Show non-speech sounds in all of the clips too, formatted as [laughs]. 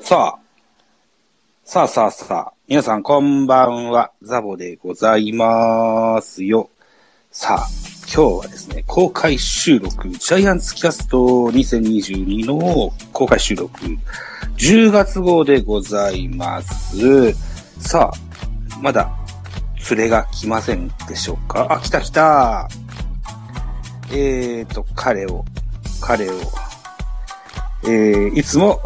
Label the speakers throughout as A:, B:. A: さあ、さあさあさあ、皆さんこんばんは、ザボでございますよ。さあ、今日はですね、公開収録、ジャイアンツキャスト2022の公開収録、10月号でございます。さあ、まだ、連れが来ませんでしょうかあ、来た来た。えーと、彼を、彼を、えー、いつも、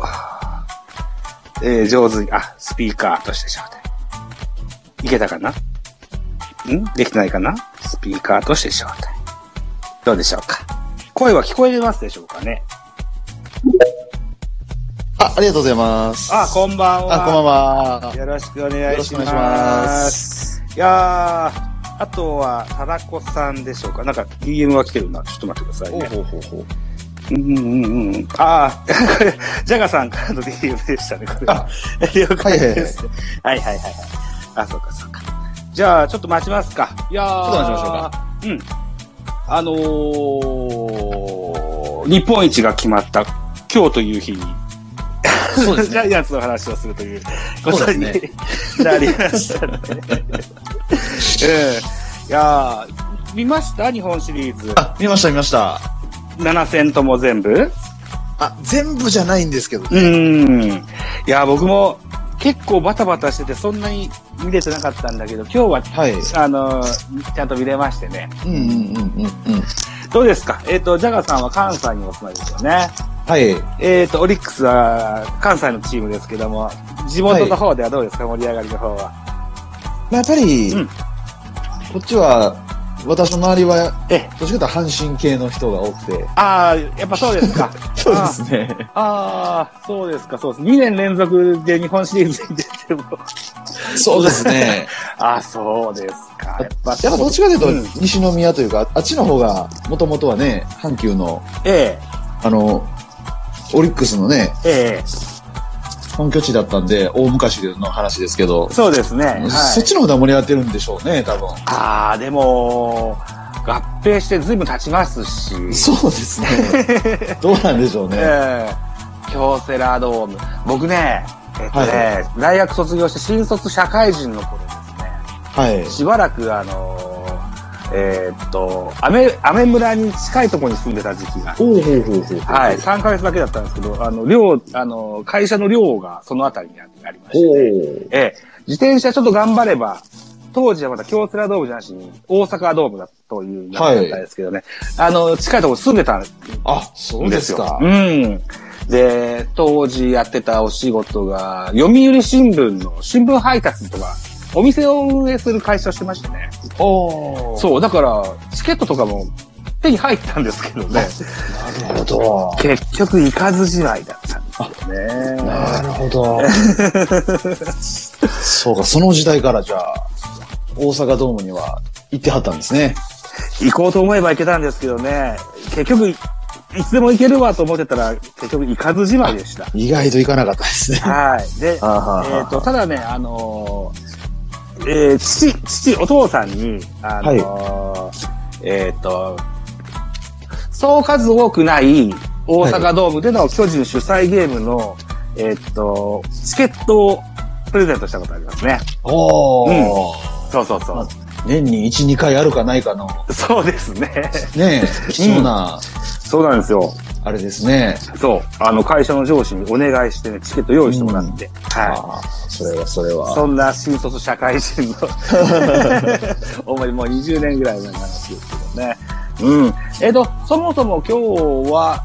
A: えー、上手に、あ、スピーカーとして招待。いけたかなんできてないかなスピーカーとして招待。どうでしょうか声は聞こえますでしょうかね
B: あ、ありがとうございます。
A: あ、こんばんは。
B: あこんばんは。
A: よろしくお
B: よ
A: 願い
B: ろし
A: し
B: くお
A: ま
B: 願い
A: す。
B: します。
A: いやー、あとは、たらこさんでしょうかなんか DM は来てるな。ちょっと待ってくださいね。
B: ほうほうほう。
A: うんうんうん。ああ、これ、 [laughs] ジャガさんからの DM でしたね、これは。了解です。はいはいはいはい。あ、そうかそうか。じゃあ、ちょっと待ちますか。いやちょ
B: っと待ちましょう
A: か。うん。あのー、日本一が決まった今日という日に、
B: そうです
A: ジ [laughs] ャ
B: ね。
A: イアンツの話をするという
B: そ
A: こ
B: う
A: と
B: です
A: に、
B: ね
A: なりましたね。 [laughs] うん。いやー見ました日本シリーズ。
B: [laughs] あ、見ました見ました。
A: 7戦とも全部
B: あ、全部じゃないんですけど。
A: うーん。いや、僕も結構バタバタしてて、そんなに見れてなかったんだけど、今日は、
B: はい。
A: あのー、ちゃんと見れましてね。
B: うんうんうんうんうん。
A: どうですかえっ、と、ジャガーさんは関西にお住まいですよね。
B: はい。
A: えっ、と、オリックスは関西のチームですけども、地元の方ではどうですか、盛り上がりの方は。
B: まあ、やっぱり、
A: うん
B: こっちは、私の周りは、
A: ええ
B: どっちかというと阪神系の人が多くて。
A: ああ、やっぱそうですか。
B: [laughs] そう
A: です
B: ね。
A: ああ、そうですか、そうです。2年連続で日本シリーズに出ても。 [laughs]
B: そうですね。
A: ああ、そうですか。やっぱ、
B: やっぱどっちかというと、
A: うん
B: 西宮というか、あっちの方が、もともとはね、阪急の、
A: え
B: あの、オリックスのね、
A: え、え
B: 本拠地だったんで、大昔の話ですけど
A: え、、そうですね。はい、
B: そっちの方が盛り上がってるんでしょうね、多分。
A: ああ、でも、合併してずいぶん経ちますし、
B: そうですね。 [laughs] どうなんでしょう
A: え
B: ね。
A: え京セラドーム。僕ね、えっとね、
B: は
A: 大学卒業して新卒社会人の頃です
B: はい
A: ね、。しばらくあのーえーっと、アメ、アメ村に近いところに住んでた時期が。
B: おうほうほうほう。
A: はい、。3ヶ月だけだったんですけど、あの、寮、あの、会社の寮がそのあたりにありまして、ね、
B: お
A: ええ、自転車ちょっと頑張れば、当時はまだ京セラドームじゃなしに、大阪ドームだという名前だったんですけどね、あの、近いところ住んでたんです
B: あ、そうですか
A: よ。うん。で、当時やってたお仕事が、読売新聞の新聞配達とか、お店を運営する会社をしてましたね。
B: おお。
A: そう、だから、チケットとかも手に入ったんですけどね、
B: う。なるほど。
A: 結局行かずじまいだったんですよね。
B: なるほど。 [laughs] そうか、その時代からじゃあ、大阪ドームには行ってはったんですね。
A: 行こうと思えば行けたんですけどね、結局い、いつでも行けるわと思ってたら、結局行かずじまいでした。
B: 意外と行かなかったですね。
A: はい。で、えっ、
B: あは
A: と、ただね、あのーえー父、父、お父さんに、あのーえっ、と、そう数多くない大阪ドームでの巨人主催ゲームの、えっ、と、チケットをプレゼントしたことありますね。
B: おお、
A: そうそうそう。
B: 年に1、2回あるかないかの、
A: そうですね。
B: ねえ、貴重な、
A: そうなんですよ。
B: あれですね。
A: そう、あの、会社の上司にお願いしてね、チケット用意してもらって、は
B: ああ、それはそれ
A: い。
B: は。
A: そんな新卒社会人の、お前もう20年ぐらい前の話ですけどね。うん。えっ、と、そもそも今日は、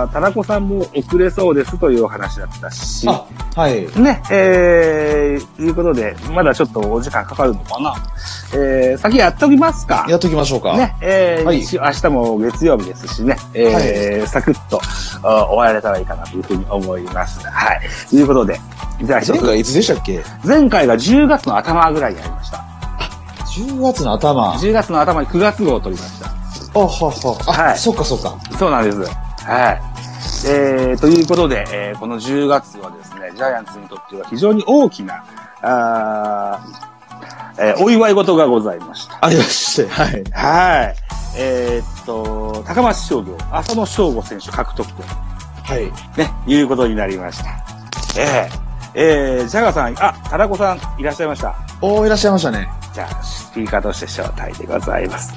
A: あー田中さんも遅れそうですというお話だったし、
B: あ、はい。
A: ね、えー、いうことで、まだちょっとお時間かかるのかな。えー、先やっときますか。
B: やっときましょうか。
A: ね、えー
B: はい
A: 一応明日も月曜日ですしね、えーサクッとあ終われたらいいかなというふうに思います。はい。ということで、じゃあ一
B: 前
A: つ、
B: 回いつでしたっけ
A: 前回が10月の頭ぐらいにありました。
B: ?10 月の頭。あ、
A: 10月の頭に9月号を取りました。
B: はは。あ、
A: はい
B: そっかそっか。
A: そうなんです。はい。えーということで、えーこの10月はですね、ジャイアンツにとっては非常に大きな、あーえーお祝い事がございました。
B: ありまして。はい。
A: はい。えーっと、高松商業、浅野翔吾選手獲得と
B: はい。
A: ね、いうことになりました。えええー、ジャガーさん、あ、タラコさんいらっしゃいました。
B: おー、いらっしゃいましたね。
A: じゃあ、スピーカーとして招待でございます。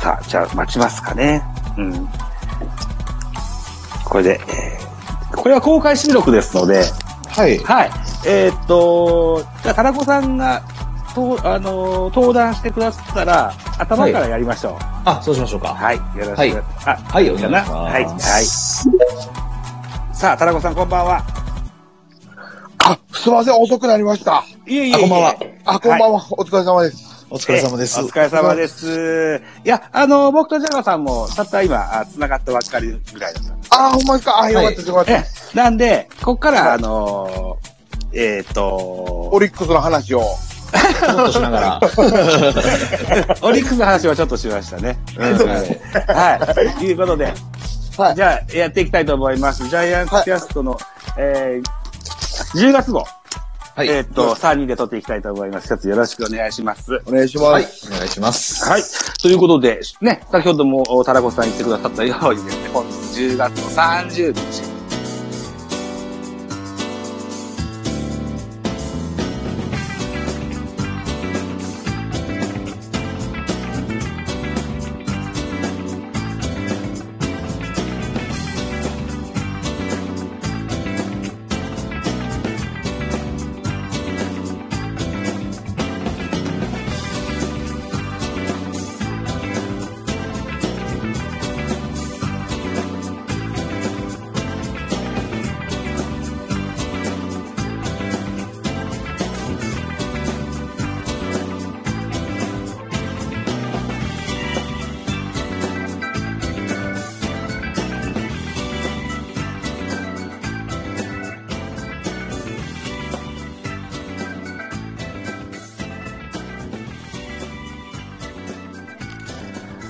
A: さあ、じゃあ、待ちますかね。うん。これで、えーこれは公開収録ですので、
B: はい。
A: はい。えーっと、じゃあ、タラコさんが、とあのー登壇してくださったら、頭からやりましょう。
B: あ、そうしましょうか。
A: はい。よろしく。
B: はい
A: あ、
B: はい、お
A: かな。はい。はい。さあ、タラコさん、こんばんは。
C: あ、すみません、遅くなりました。
A: いえいえいえ
B: あこんばんは
C: あ、こんばんは、お疲れ様です。
B: お疲れ様です。
A: ええお疲れ様です。いや、あの、僕とジャガーさんも、たった今、あ繋がったばっかりぐらいだったんです。
C: あ、ほんまですか。あ、よかったです、よかった
A: え
C: です。
A: えなんで、こっから、
C: はい
A: あのー、えーっ
C: オ
A: と、
C: リックスの話を。
B: もっとしながら。
A: オリックスの話はちょっとしましたね。
B: うんはい
A: はい。ということで、
C: はい
A: じゃあ、やっていきたいと思います。ジャイアンツキャストの、えー、10月号、
B: はい。
A: えーっと、3人で撮っていきたいと思います。一つよろしくお願いします。
C: お願いしま
B: はい
C: す。。
B: お願いします。
A: はい。ということで、ね、先ほども、おタラコさん言ってくださったようにですね、本日10月の30日。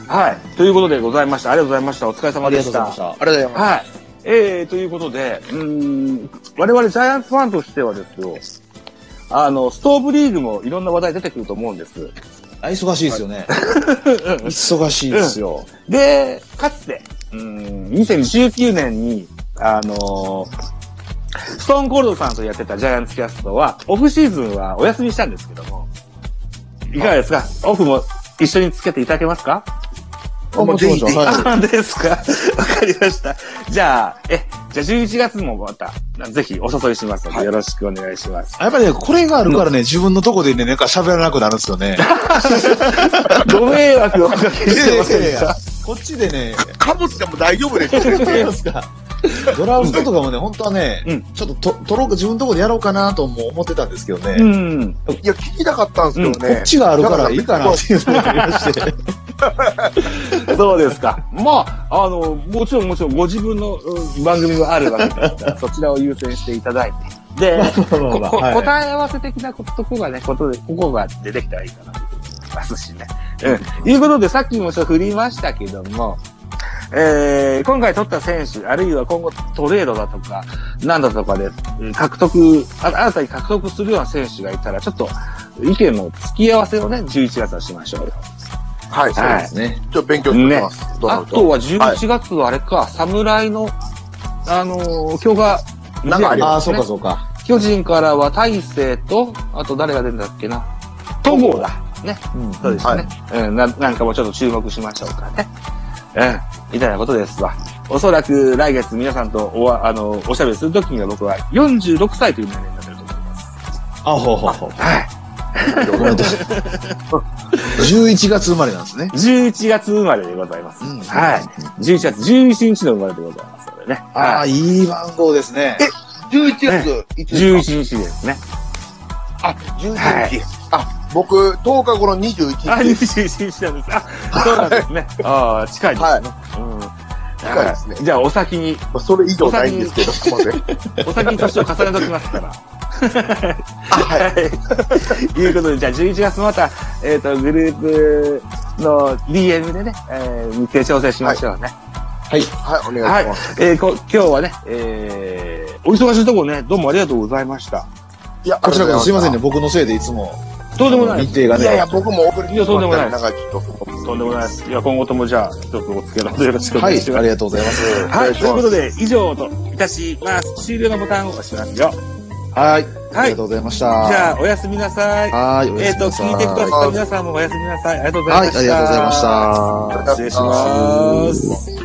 A: はい。ということでございました。ありがとうございました。お疲れ様でした。
B: た
C: ありがとうございます。
A: はい。えー、ということで、うーん、我々ジャイアンツファンとしてはですよ、あの、ストーブリーグもいろんな話題出てくると思うんです。
B: あ忙しいですよね。忙しいですよ。
A: で、かつて、うーん、2019年に、あのーストーンコールドさんとやってたジャイアンツキャストは、オフシーズンはお休みしたんですけども、いかがですかオフも一緒につけていただけますか
C: もう
B: もちろん
C: ぜひぜ
B: は
C: ひ
B: い
A: あ、ですか。わ [laughs] かりました。じゃあ、え、じゃあ11月もまた、ぜひお誘いしますので、
C: はい
A: よろしくお願いします。
B: やっぱりね、これがあるからね、自分のとこでね、なんか喋らなくなるんですよね。
A: ご迷惑をおかけしてませんでし
B: いやいやいや
A: た。
B: こっちでね、
C: かぶっても大丈夫ですよ。
B: 違いますか。ドラフトとかもね、本当はね、
A: うん
B: ちょっとと、取ろうか、自分のとこでやろうかなとも思ってたんですけどね。
A: うん。
C: いや、聞きたかったんですけど
B: こ
C: ね
B: っ。ちがあるからいいかなっていうのがありまして。
A: [laughs] そうですか。まあ、あの、もちろんもちろんご自分の、うん番組はあるわけです [laughs] から、そちらを優先していただいて。で、ここ
B: はい
A: 答え合わせ的なこととこがね、ことで、ここが出てきたらいいかなと思いますしね。うん。いうことで、さっきもちょっと振りましたけども、えー、今回取った選手、あるいは今後トレードだとか、なんだとかで、うん獲得、あ新たに獲得するような選手がいたら、ちょっと意見の付き合わせをね、11月はしましょうよ。
C: はい、そう
A: は
C: で
A: い
C: す。
B: ね。
C: ちょっと勉強してきます。ドラ
A: あ
C: フト
A: とは11月はあれか、侍の、あのー、今日が、
C: なんかあり
B: ああ、
C: ま
B: そうかそうか。
A: 巨人からは大勢と、あと誰が出るんだっけな。戸郷だ。ね。
B: うん
A: そうですね、うんな。なんかもちょっと注目しましょうかね。うん。みたいなことですわ。おそらく来月皆さんとおわあのおしゃべりするときには僕は46歳という年齢になってると思います。
B: あ、ほうほうほう。
A: はい。
B: ごめんなさい。11月生まれなんですね。
A: 11月生まれでございます。
B: うん
A: はい。11月11日の生まれでございますのでね。
B: あ
A: は
B: あ、
A: い。
B: いい番号ですね。
C: 11月いつですか
A: 11日ですね。
C: あ、
A: は
C: 11
A: い
C: 日。あ、僕、10日後の21
A: あ、
C: 日。
A: 21日なんです。あ、そうなんですね。ああ、近いですね。
C: はい
A: うん。
C: 近いですね
A: はじゃあ、お先に、
C: まあそれ以上ないんですけど、すいません。
A: お先に年を重ねときますから。
C: あ、はい。
A: はい。いうことで、じゃあ11月また、えっ、と、グループの DM でね、えー、日程調整しましょうね。
B: はい。
C: はい、お
A: は
C: 願い
A: い。
C: します。
A: えーこ、今日はね、えー、お忙しいところね、どうもありがとうございました。
C: いや、
B: こちらこそすいませんね、
C: ね。
B: 僕のせいでいつも。
A: とんでもないで
B: 日
A: す。
B: 程が
C: いやいや、
B: ね。
C: 僕も遅れてしまった
A: いやとんでもない
C: なんかちょっと。
A: とんでもないです。いや、今後ともじゃあ、一つお付き合いのほどよろしくお
B: は
A: 願
B: い、
A: いします。
B: ありがとうございます。
A: はい、
C: お願いし
A: という
C: ま
A: こ
C: す
A: とで、以上といたします。終了のボタンを押しますよ。
B: はい。あ
A: は
B: り
A: い。
B: が
A: じ
B: とうございました。
A: ゃあ、おやすみなさい。
B: はい。お
A: え
B: や
A: っ、
B: すみ
A: と、
B: なさ
A: 聞いてくださった皆さんもおやすみなさい。ありがとうございました。
B: はい、ありがとうございました。
A: 失礼します。